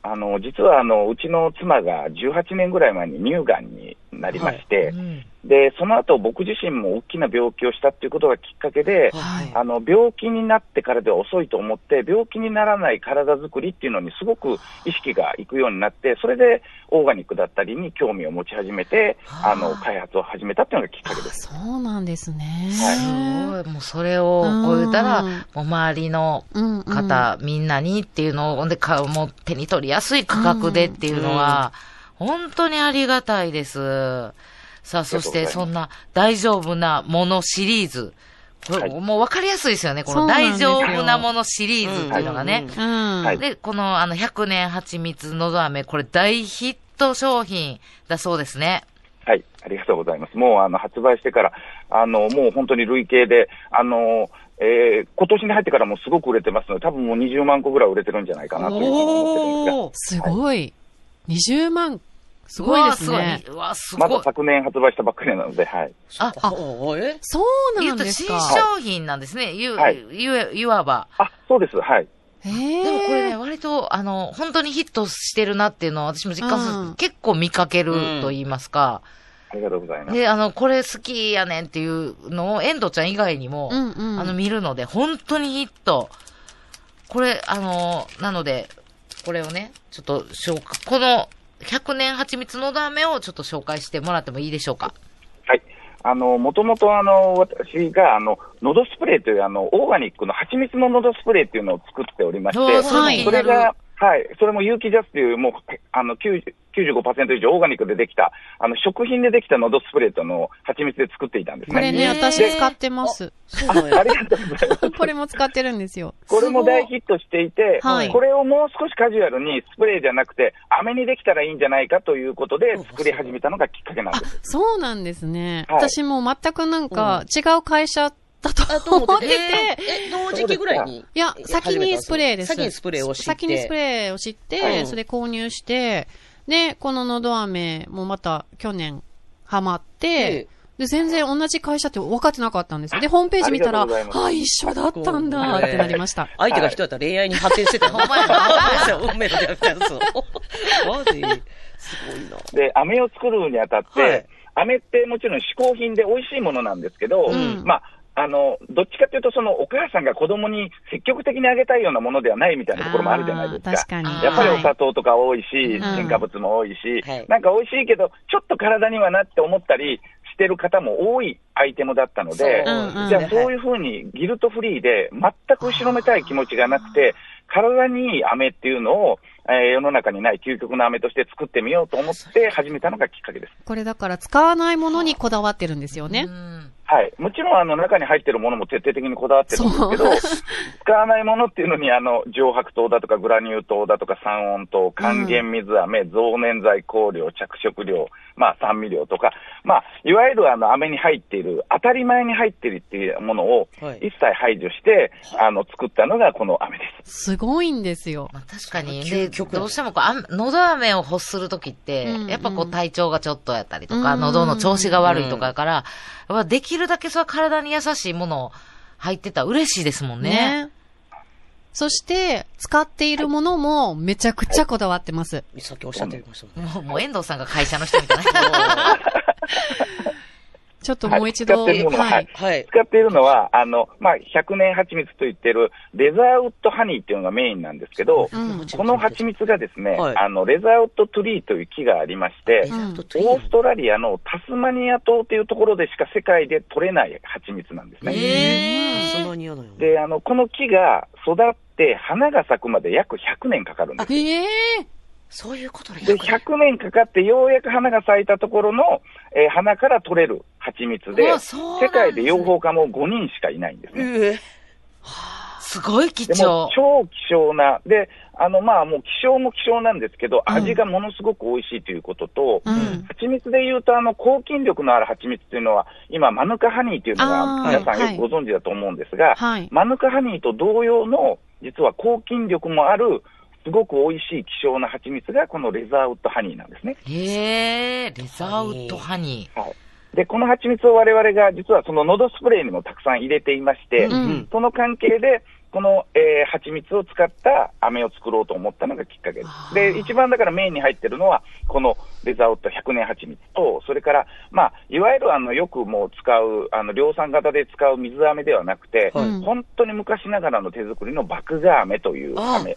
あの実はあのうちの妻が18年ぐらい前に乳がんになりまして、うんで、その後僕自身も大きな病気をしたっていうことがきっかけで、はいあの、病気になってからでは遅いと思って、病気にならない体づくりっていうのにすごく意識がいくようになって、それでオーガニックだったりに興味を持ち始めて、はああの、開発を始めたっていうのがきっかけです。そうなんですね。すごい。もうそれを超えたら、うんもう周りのうん、うん。方、みんなにっていうのを、ほんで、か、もう手に取りやすい価格でっていうのは、本当にありがたいです。さあ、そして、そんな、大丈夫なものシリーズ。これ、はもう分かりやすいですよね。こその、うなんで大すよ丈夫なものシリーズっていうのがね。うんうん。はいで、この、あの、100年蜂蜜のど飴、これ大ヒット商品だそうですね。はい、ありがとうございます。もうあの発売してから、あのもう本当に累計で、あのえー今年に入ってからもすごく売れてますので、多分もう20万個ぐらい売れてるんじゃないかなというふうに思ってるんですが、おーすごい。20万。すごいですね。うわすごまい。うわすごだい。昨年発売したばっかりなので、はい。あ、あ、おーえそう言なうんとです新か。商品なんですね。ゆ、はいゆえ、いわば。あ、そうです、はい。えでもこれね、え。割と、あの、本当にヒットしてるなっていうのは私も実感する、うん結構見かけると言いますか、ありがとうございます。で、あの、これ好きやねんっていうのを、遠藤ちゃん以外にも、うんうん。あの、見るので、本当にヒット。これ、あの、なので、これをね、ちょっと紹介、この100年蜂蜜のだめをちょっと紹介してもらってもいいでしょうか。はい。あの、もともとあの、私があの、のどスプレーというあの、オーガニックの蜂蜜ののどスプレーっていうのを作っておりまして、おーそうはいそれが、はい、それも有機ジャスという、もう、あの、90 95%以上オーガニックでできた、あの、食品でできたのどスプレーというのを蜂蜜で作っていたんですこれね。ね、ね私使ってます。あありがとうございます。これも使ってるんですよ。 (laughs) これも大ヒットしていて、はいこれをもう少しカジュアルにスプレーじゃなくて、飴にできたらいいんじゃないかということでお作り始めたのがきっかけなんあです。、そうなんですね。はい私もう全くなんか違う会社だと思ってて、え、同時期ぐらいにいや、先にスプレーです。先にスプレーを知って。先にスプレーを知って、はいそれで購入して、で、こののど飴もまた去年ハマって、で、全然同じ会社って分かってなかったんですよ。で、ホームページ見たら、ありがとうございますあ、一緒だったんだってなりました。相手が人だったら恋愛に発展してたよ。はいほんまやそう運命の出会いだったぞマジすごいな。で、飴を作るにあたって、はい飴ってもちろん嗜好品で美味しいものなんですけど、んまあ、あの、どっちかというと、その、お母さんが子供に積極的にあげたいようなものではないみたいなところもあるじゃないですあか。ー確かに。やっぱりおは砂糖とか多いし、ん添加物も多いし、はいなんか美味しいけど、ちょっと体にはなって思ったりしてる方も多いアイテムだったので、そううんうんじゃあそういうふうにギルトフリーで全く後ろめたい気持ちがなくて、体にいい飴っていうのを、えー世の中にない究極の飴として作ってみようと思って始めたのがきっかけです。いこれだから使わないものにこだわってるんですよねう。んはい。もちろん、あの、中に入ってるものも徹底的にこだわってるんですけど、使わないものっていうのに、あの、上白糖だとか、グラニュー糖だとか、三温糖、還元水飴、増粘剤、香料、着色料、まあ、酸味料とか、まあ、いわゆる、あの、飴に入っている、当たり前に入っているっていうものをはい、一切排除して、あの、作ったのがこの飴です。すごいんですよ。まあ、確かに、それで究極どうしてもこう、あん喉飴を欲するときって、うんうんやっぱこう体調がちょっとやったりとか、うん喉の調子が悪いとかやから、やっぱできるだけそれは体に優しいもの入ってたら嬉しいですもんね。ね。そして、使っているものもめちゃくちゃこだわってます。さっきおっしゃってましたもんね。もう、もう遠藤さんが会社の人みたいな。ちょっともう一度、はい使ってるものははい。はい。使っているのは、あの、まあ、100年蜂蜜と言っている、レザーウッドハニーっていうのがメインなんですけど、うんこの蜂蜜がですね、はいあの、レザーウッドトゥリーという木がありまして、レザーとトゥイオーーストラリアのタスマニア島というところでしか世界で取れない蜂蜜なんですね。えその匂いのよ。で、あの、この木が育って花が咲くまで約100年かかるんです。ええそういうことね。で、100年かかってようやく花が咲いたところの、えー花から取れる蜂蜜でうわ、そうなんですね世界で養蜂家も5人しかいないんですね。ええすごい貴でも重。超希少な、で、あの、まあ、もう希少も希少なんですけど、うん味がものすごく美味しいということと、うん蜂蜜で言うと、あの、抗菌力のある蜂蜜というのは、今、マヌカハニーというのあが、ー皆さんよくご存知だと思うんですが、はい。マヌカハニーと同様の、実は抗菌力もある、すごく美味しい希少な蜂蜜が、このレザーウッドハニーなんですね。へえ、レザーウッドハニで、この蜂蜜を我々が、実はその喉スプレーにもたくさん入れていまして、うんうん。その関係で、この、えー蜂蜜を使った飴を作ろうと思ったのがきっかけあーです。で、一番だからメインに入ってるのは、このレザーウッド100年蜂蜜と、それから、まあ、いわゆるあの、よくもう使う、あの、量産型で使う水飴ではなくて、はいうん本当に昔ながらの手作りの麦芽飴という飴。あー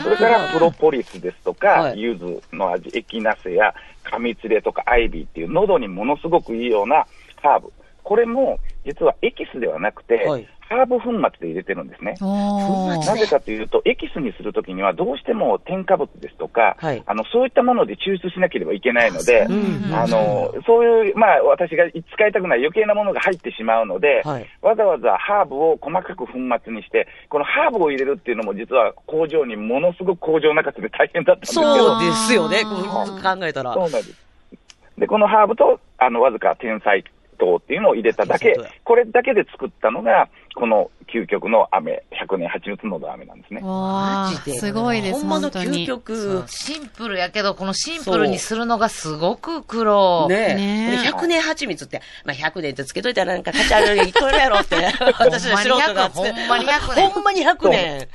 それからプロポリスですとはか、い柚子の味、エキナセや、カミツレとかアイビーっていう喉にものすごくいいようなハーブ。これも実はエキスではなくて、はいハーブ粉末で入れてるんですね。お粉ーなぜかというと、エキスにするときにはどうしても添加物ですとか、はいあの、そういったもので抽出しなければいけないのでう、うんん。あの、そういう、まあ、私が使いたくない余計なものが入ってしまうので、はい。わざわざハーブを細かく粉末にして、このハーブを入れるっていうのも実は工場にものすごく工場泣かせで大変だったんですけど、そうですよね。こう考えたら。そうなんです。で、このハーブと、あの、わずか天才糖っていうのを入れただ天才け糖や、これだけで作ったのが、この究極の飴、100年蜂蜜の飴なんですね。わマジーですごいでほす、んま本の当究に。ー極。。シンプルやけど、このシンプルにするのがすごく苦労。ねえ。ねえ100年蜂蜜って、まあ、100年ってつけといたら (laughs) なんか価値あるように聞こえるやろって、私の素人がつって。ほんまに100年ほんまに100年。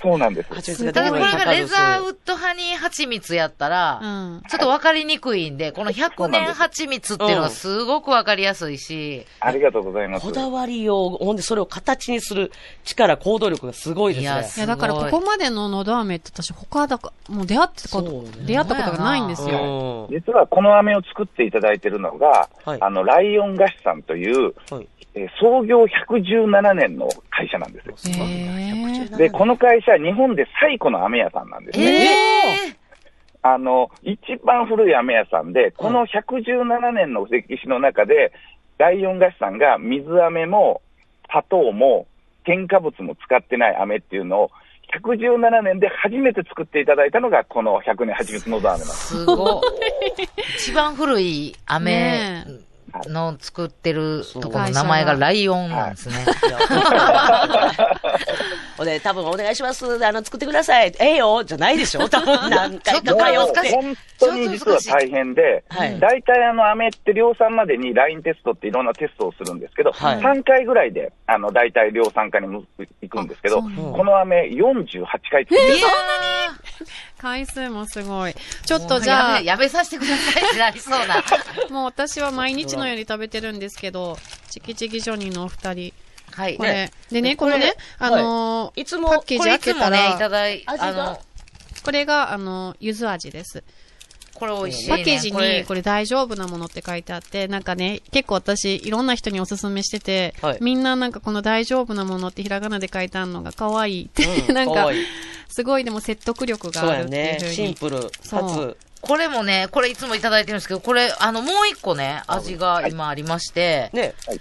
そうなんです。蜂蜜がた出だてこもいいれがレザーウそうッドハニー蜂蜜やったら、うん。ちょっとわかりにくいんで、この100年蜂蜜っていうのはすごくわかりやすいし、ありがとうございます。こだわりよう、ほんでそれを形にする力、行動力がすごいですいやね。いや、だからここまでののど飴って私他だか、もう出会ってこそうと、ね出会ったことがないんですよ。うん実はこの飴を作っていただいてるのが、はいあの、ライオン菓子さんという、はい。えー創業117年の会社なんですよ。へえで、この会社、日本で最古の飴屋さんなんですえね。えあの、一番古い飴屋さんで、この117年の歴史の中で、ライオン菓子さんが水飴も砂糖も添加物も使ってない飴っていうのを、117年で初めて作っていただいたのが、この100年蜂蜜のど飴な (laughs) んです。すごい。一番古い飴ねの作ってるとこの名前がライオンなんですね。 (laughs) おね、多分お願いします。あの、作ってください。ええよ、じゃないでしょ多分何回ちかょっと通難っしいて。本当に実は大変ではい、大体あの、飴って量産までにラインテストっていろんなテストをするんですけど、はい3回ぐらいで、あの、大体量産化にむ行くんですけど、あそうなんだこの飴48回作っていや回数もすごい。ちょーっとじもうゃやあめ、やめさせてくださいってなりそうな。もう私は毎日のように食べてるんですけど、チキチキジョニーのお二人。はい。これ。ねでね、このね、あのーいつもパッケーこジれい開つけもたね、ら、いただい、味があの、これが、あのー、ゆず味です。これ美味しい、ね。パッケージこれに、これ大丈夫なものって書いてあって、なんかね、結構私、いろんな人におすすめしてて、はいみんななんかこの大丈夫なものってひらがなで書いてあるのが可愛いって、うん (laughs) なん可か愛い、すごいでも説得力そうがあるやっていうね。ふうに。シンプル。かそうつ、これもね、これいつもいただいてるんですけど、これ、あの、もう一個ね、味が今ありまして、ねはい。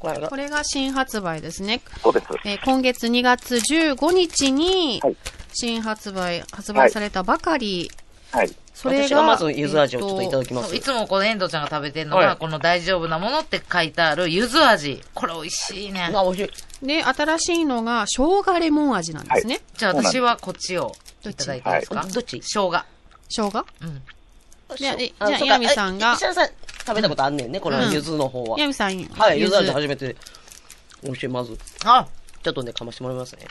これがこれが新発売ですね。そうです。えー今月2月15日にはい、新発売、発売されたばかり、はい。それが、私がまずゆず味をちょっといただききます。そういつもこの遠藤ちゃんが食べてるのが、はいこの大丈夫なものって書いてあるゆず味。これ美味しいね。あ、美味しい。で、新しいのが、生姜レモン味なんですね。じゃあ私はこっちをいただいていいですどかっちどっち生姜。生姜うん。ででじゃああそうかヤミさんがえ石原さん、食べたことあんねんね、こうのんゆずの方は。ヤミさん、はい、ゆず味柚初めて。美味しい、まず。あ、ちょっとね、かましてもらいますね。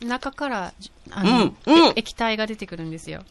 子中から、じあの、うんうんえ液体が出てくるんですよ。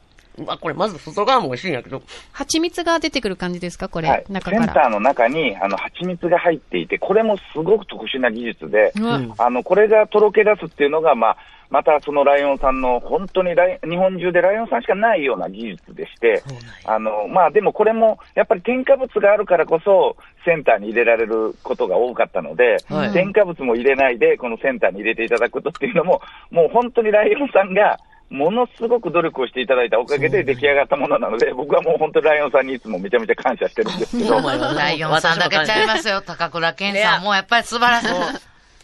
まあ、これ、まず外側も美味しいんやけど。蜂蜜が出てくる感じですかこれ、はい。セン中タから。ーの中に、あの、蜂蜜が入っていて、これもすごく特殊な技術で、うわうんあの、これがとろけ出すっていうのが、まあ、またそのライオンさんの、本当にライ日本中でライオンさんしかないような技術でして、あの、まあでもこれも、やっぱり添加物があるからこそ、センターに入れられることが多かったので、はい添加物も入れないで、このセンターに入れていただくことっていうのも、もう本当にライオンさんが、ものすごく努力をしていただいたおかげで出来上がったものなので、僕はもう本当にライオンさんにいつもめちゃめちゃ感謝してるんですけど、お前はライオンさんだけちゃいす。ますよ。高倉健いさやんもうやっぱり素晴らしい。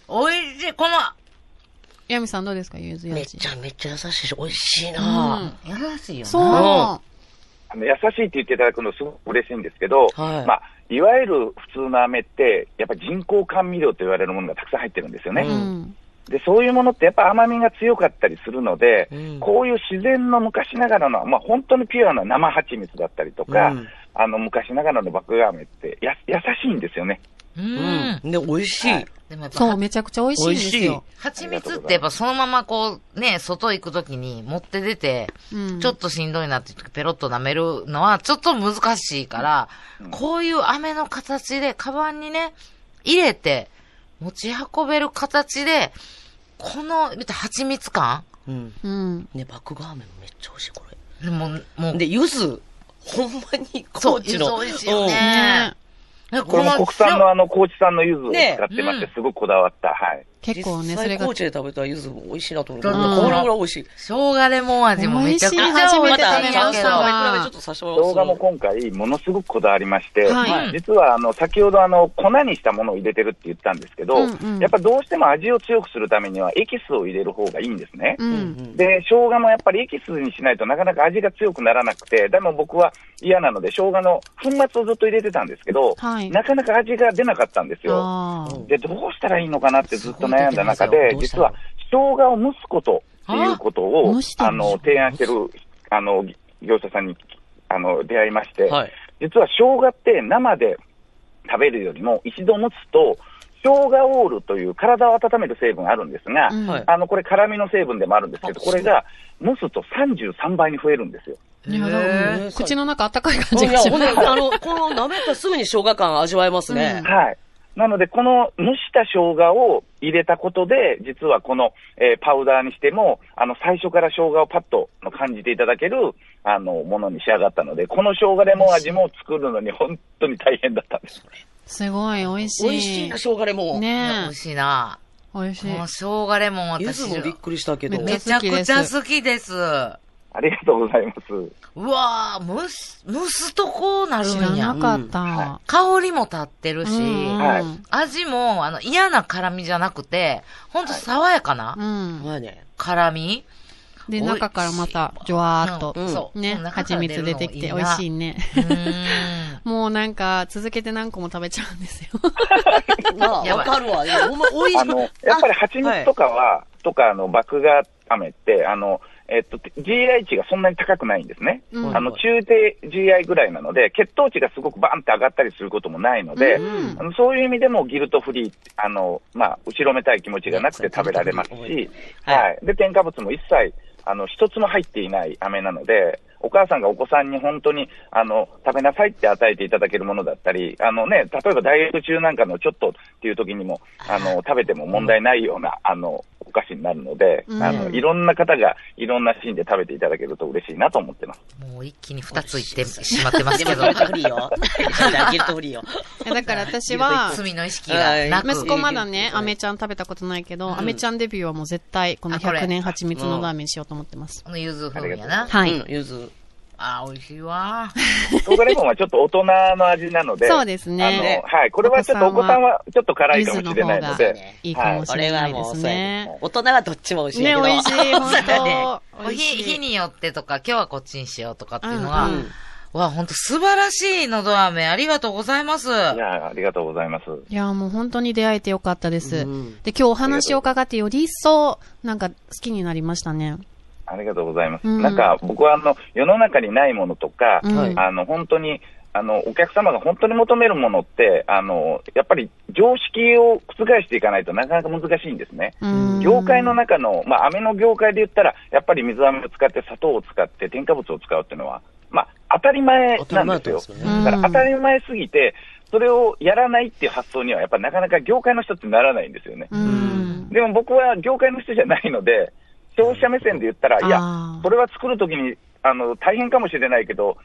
美味しい。この、ヤミさんどうですかゆずめ味。。ちゃめちゃ優しいし、美味しいうなん優しいよね。そあの優しいって言っていただくのすごく嬉しいんですけど、はいまあ、いわゆる普通の飴って、やっぱ人工甘味料と言われるものがたくさん入ってるんですよね。う。うん。で、そういうものってやっぱ甘みが強かったりするので、うんこういう自然の昔ながらの、まあ本当にピュアな生蜂蜜だったりとか、うんあの昔ながらの麦芽飴ってや優しいんですよね。ううんん。。で、美味しい。はいでもやっそう、ぱ、めちゃくちゃ美味しいんですよ。蜂蜜ってやっぱそのままこう、ね、外行くときに持って出て、うん。ちょっとしんどいなって時ペロッと舐めるのはちょっと難しいから、こういう飴の形で、カバンにね、入れて、持ち運べる形で、この、見て、蜂蜜感うん。うん。ね、バックガーメンめっちゃ美味しい、こもう、もれ。う、で、ゆず、ほんまに、そ高う、知ゆの。ず美味しいようんねね。えこれも国産のあの高知産の柚子をね使ってましうてん、すごくこだわった。はい。結構ね、実そ際れが高。知で食べたゆずも美味しいなと思って。うこんれぐらい美味しい。生姜レモン味もめちゃくちゃ美味し美いま味しいた、んちゃやんけと比べど。ちょっとさせてもら動おう画も今回、ものすごくこだわりまして、はい実はあの先ほどあの粉にしたものを入れてるって言ったんですけど、うんうんやっぱどうしても味を強くするためにはエキスを入れる方がいいんですね。う。うんん。で、生姜もやっぱりエキスにしないとなかなか味が強くならなくて、でも僕は嫌なので生姜の粉末をずっと入れてたんですけど、はいなかなか味が出なかったんですよ。ああ。で、どうしたらいいのかなってずっと悩んだ中です、ごい出てます実よは生姜を蒸すことっていうことあを蒸し、てあるんですの、提案してる、あの、業者さんに、あの、出会いまして、はい。実は生姜って生で食べるよりも一度蒸すと生姜オールという体を温める成分あるんですが、うんはいあの、これ辛味の成分でもあるんですけど、あこれが蒸すと33倍に増えるんですよ。いや、なんかもへーう口の中あったかい感いじがや、しほまんすで、。あの、この舐めたすぐに生姜感味わえますね。はい。なので、この蒸した生姜を入れたことで、実はこの、えーパウダーにしても、あの、最初から生姜をパッと感じていただける、あの、ものに仕上がったので、この生姜レモン味も作るのに本当に大変だったんです。すごい、美味しい。美味しいな、生姜レモン。美ね味しいな。え。美味しこい。の生姜レモンゆ私ず、もびっくりしたけど。めめちゃくちゃ好きです。ありがとうございます。うわぁ、蒸す、蒸すとこうなる知んらやな。かっうんはた。香りも立ってるし、うんはい味も、あの、嫌な辛味じゃなくて、ほんと爽やかなうん。まあね。辛 (laughs) 味で、美味しい中からまた、じょわーっとうんそう。ね、中か蜂ら蜜出てきて美味しいいね。 (laughs) な。うーんもうなんか、続けて何個も食べちゃうんですよ。まあ、やわばいかるわ。いやほんま、おいしいあの、やっぱり蜂蜜とかは、とか、あの、麦芽飴って、あの、えっと、GI 値がそんなに高くないんですね。うんあの、中低 GI ぐらいなので、血糖値がすごくバーンって上がったりすることもないので、うんあのそういう意味でもギルトフリー、あの、まあ、後ろめたい気持ちがなくて食べられますそうし、はいはい。で、添加物も一切、あの、一つも入っていない飴なので、お母さんがお子さんに本当に、あの、食べなさいって与えていただけるものだったり、あのね、例えばダイエット中なんかのちょっとっていう時にも、あの、食べても問題ないような、あの、お菓子になるので、うんあの、いろんな方がいろんなシーンで食べていただけると嬉しいなと思ってます。 (laughs) もう一気に二ついってしまってます (laughs) けどでも、。ギルトフリーよ。いやギルトフリーよ。えだから私は、罪の意識がなく。息子まだね、うんアメちゃん食べたことないけうど、んアメちゃんデビューはもう絶対、このあこれ100年蜂蜜のラーメンしようと思ってます。このゆず風味やな。はうい。ん、ゆず。あー、美味しいわ。生姜レモンはちょっと大人の味なので、そうですねあの、はい。これはちょっとお子さんはちょっと辛いかもしれないの柚子の方がで、いいかもしれないですね。大人はどっちも美味しいけね、ど。(laughs) 美味しい、本当 (laughs) お美味日、し日い。によってとか、今日はこっちにしようとかっていうのは、う。うんわ、ほんと素晴らしいのど飴、ありがとうございます。いや、ありがとうございます。いや、もう本当に出会えてよかったでうす。んで、今日お話を伺ってより一層、なんか好きになりましたね。ありがとうございます。うんなんか、僕はあの、世の中にないものとか、うんあの、本当に、あの、お客様が本当に求めるものって、あの、やっぱり常識を覆していかないとなかなか難しいんですね。うん業界の中の、まあ、飴の業界で言ったら、やっぱり水飴を使って、砂糖を使って、添加物を使うっていうのは、まあ、当たり前なんですよ。当たり前なんですよねだから当たり前すぎて、それをやらないっていう発想には、やっぱなかなか業界の人ってならないんですよね。うん。でも僕は業界の人じゃないので、消費者目線で言ったら、いや、あそれは作るときにあの大変かもしれないけど、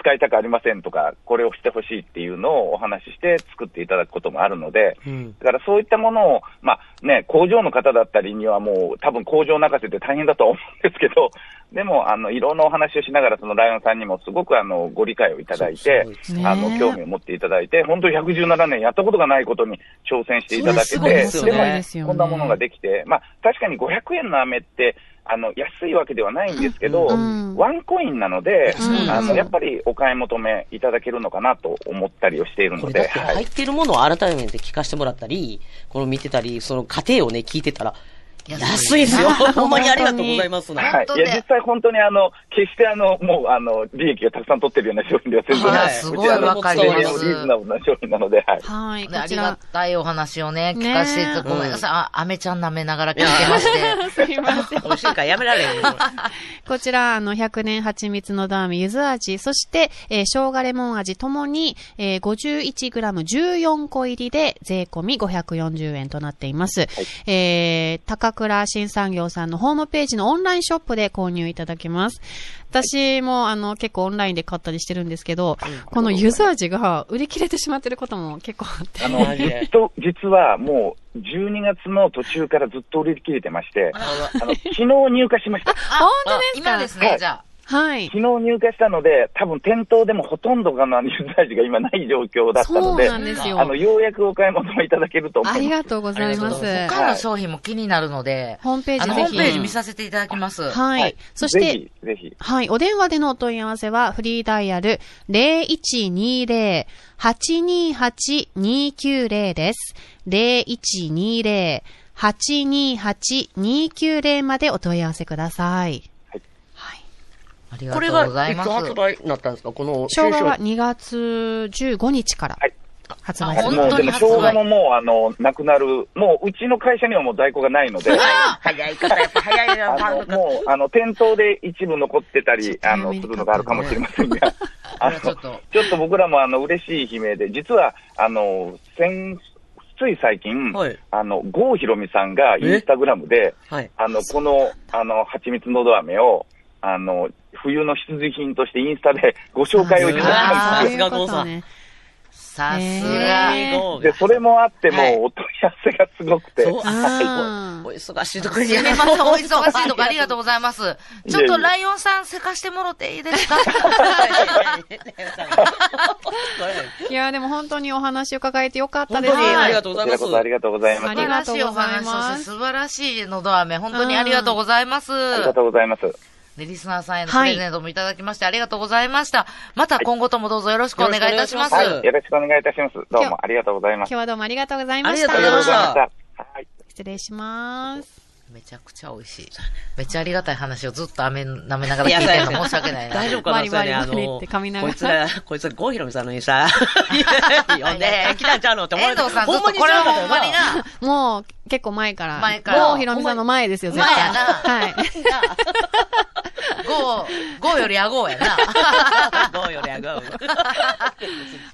使いたくありませんとか、これをしてほしいっていうのをお話しして作っていただくこともあるので、うん。だから (laughs) そういったものを、まあね、工場の方だったりにはもう多分工場泣かせて大変だとは思うんですけど、でも、あの、いろんなお話をしながら、そのライオンさんにもすごくあの、ご理解をいただいてそう、ーねあの、興味を持っていただいて、本当に117年やったことがないことに挑戦していただけそれて、すごいでですよねも、こんなものができて、まあ、確かに500円の飴って、あの、安いわけではないんですけど、うんワンコインなので、うんあの、やっぱりお買い求めいただけるのかなと思ったりをしているこのれだっで、て入ってるものを改めて聞かせてもらったり、この見てたり、その過程をね、聞いてたら、安いですよ。ほんまにありがとうございますな。はい。本当いねや、実際本当にあの、決してあの、もうあの、利益をたくさん取ってるような商品では全然はないい。すうごいちあのわかり非ま常にすリーズナブルな商品なので、はい。はい、こねあちりがら。たいお話をね、ね聞かせていただいて、うんごめんなさい。あ、アメちゃん舐めながら聞いてまして。すいません。美味しいからやめられへんよ。こちら、あの、100年蜂蜜のダーメン、ゆず味、そして、えー生姜レモン味ともに、えー 51g14 個入りで、税込み540円となっています。えー高倉新産業さんのホームページのオンラインショップで購入いただけます。私も、あの、結構オンラインで買ったりしてるんですけど、このゆず味が売り切れてしまってることも結構あって。あの、マジずでっと、実はもう、12月の途中からずっと売り切れてまして、あの、昨日入荷しました。本当ですか今ですね、じゃあ。はい。昨日入荷したので、多分店頭でもほとんどがの、あの、ユーザーが今ない状況だったそのうで、なんあですよ。の、ようやくお買い求めいただけると思あいます。りがとうございまありがとうござす。他の商品も気になるので、ホームペーあジの、ぜホームペひ。ージ見させていただきます。はい。はいそして、ぜひ、ぜひ。はい。お電話でのお問い合わせは、フリーダイヤル0120-828-290です。0120-828-290までお問い合わせください。はい。はい。ありがことれうが、ございいつます。発売になったんですかこの、昭和は2月15日から。はい。発あ売本当すにるもうでも、生発売姜ももう、あの、なくなる、もう、うちの会社にはもう在庫がない (laughs) ので、早い方、やっぱ早いな、あの、もう、あの、店頭で一部残ってたちょっり、とあ早の、めにするのがあるかもしれませ (laughs) んが、あの、これちはちょっとょっと僕らも、あの、嬉しい悲鳴で、実は、あの、先、つい最近、はいあの、郷ひろみさんがイえンスタグラムで、はい。あの、この、あの、蜂蜜のど飴を、あの、冬の必需品としてインスタでご紹介をいただいたんですよあーそういうことさすが郷さんねさすが。えで、それもあって、も、はいうお問い合わせがすごくて。そう、あーお忙しいとこにすみません、お忙し (laughs) いとこありがとうございます。ちょっとライオンさん、せかしてもろていいですか (laughs) いやーでも本当にお話を伺えてよかった本です。当にありがととうござこいまちらすこ。そありがとうございます。あありりがが素晴らしいお話をして、素晴らしいのど飴、本当にありがとうございます。とうございます。で、リスナーさんへのプレゼントもいただきまして、ありがとうございました。また今後ともどうぞよろしくお願いいたします。ははいい。よろしくお願いいたします。どうもありがとうございま今す日。はどうもありがとうございましあた。りがとうございましたありがとうございました。はい。失礼します。めちゃくちゃ美味しい。めっちゃありがたい話をずっと飴舐めながら聞いてるの申し訳ないな。大丈夫かなバリバリそれねバリって噛みながこらいつら、こいつら、郷ひろみさんのにさ、呼んで、来たんちゃうのって思わ遠れた藤さん、ちょっほとまにこれはほんま知にらなかっな。 (laughs) もう結構前から。前からもうひろみさんの前ですよ、絶対。前やなはい。ゴー、ゴーよりアゴーやな。たよな。郷よりあごう。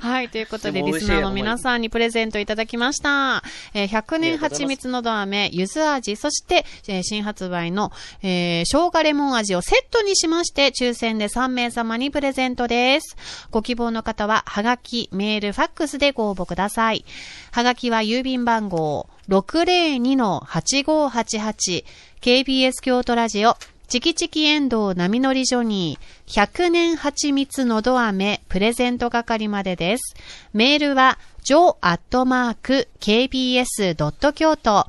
はい。ということでで、もリ美味しいスナーの皆さんにプレゼントいただきました。えー100年蜂蜜のど飴、ゆず味、そして、えー新発売の、えー生姜レモン味をセットにしまして、抽選で3名様にプレゼントです。ご希望の方は、はがき、メール、ファックスでご応募ください。はがきは郵便番号602-8588、KBS 京都ラジオ、チキチキエンドウ波乗りジョニー、100年蜂蜜のど飴、プレゼント係までです。メールは、jo.kbs.kyoto、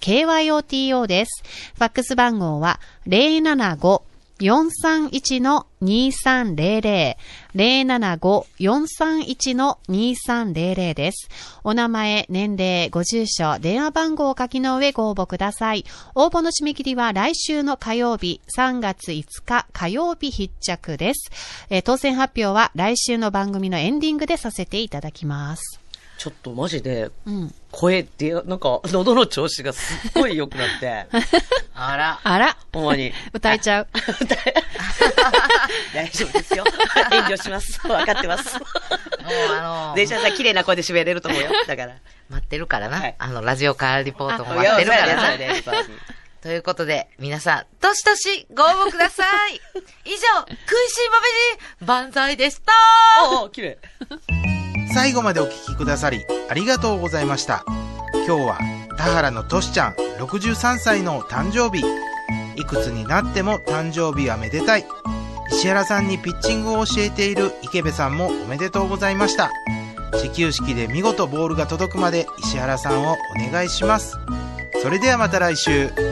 jo.kbs.kyoto です。ファックス番号は、075 431-2300。075-431-2300です。お名前、年齢、ご住所、電話番号を書きの上ご応募ください。応募の締め切りは来週の火曜日、3月5日火曜日必着です。えー当選発表は来週の番組のエンディングでさせていただきます。ちょっとマジで、うん。声で、なんか、喉の調子がすっごい良くなって、あら。あら、ほんまに。歌えちゃう。歌え大丈夫ですよ。遠慮します。わかってます。もうあの電車さん、綺麗な (laughs) 声で締めれると思うよ。だから。待ってるからな。はいあの、ラジオカーリポートもい待やってるからそな。うやねそうやねそうやねということで、皆さん、どしどしご応募ください。以上、食いしんぼ美人、万歳でした。おお、綺麗。最後までお聞きくださりありがとうございました今日は田原のとしちゃん63歳のお誕生日いくつになっても誕生日はめでたい石原さんにピッチングを教えている池部さんもおめでとうございました始球式で見事ボールが届くまで石原さんをお願いしますそれではまた来週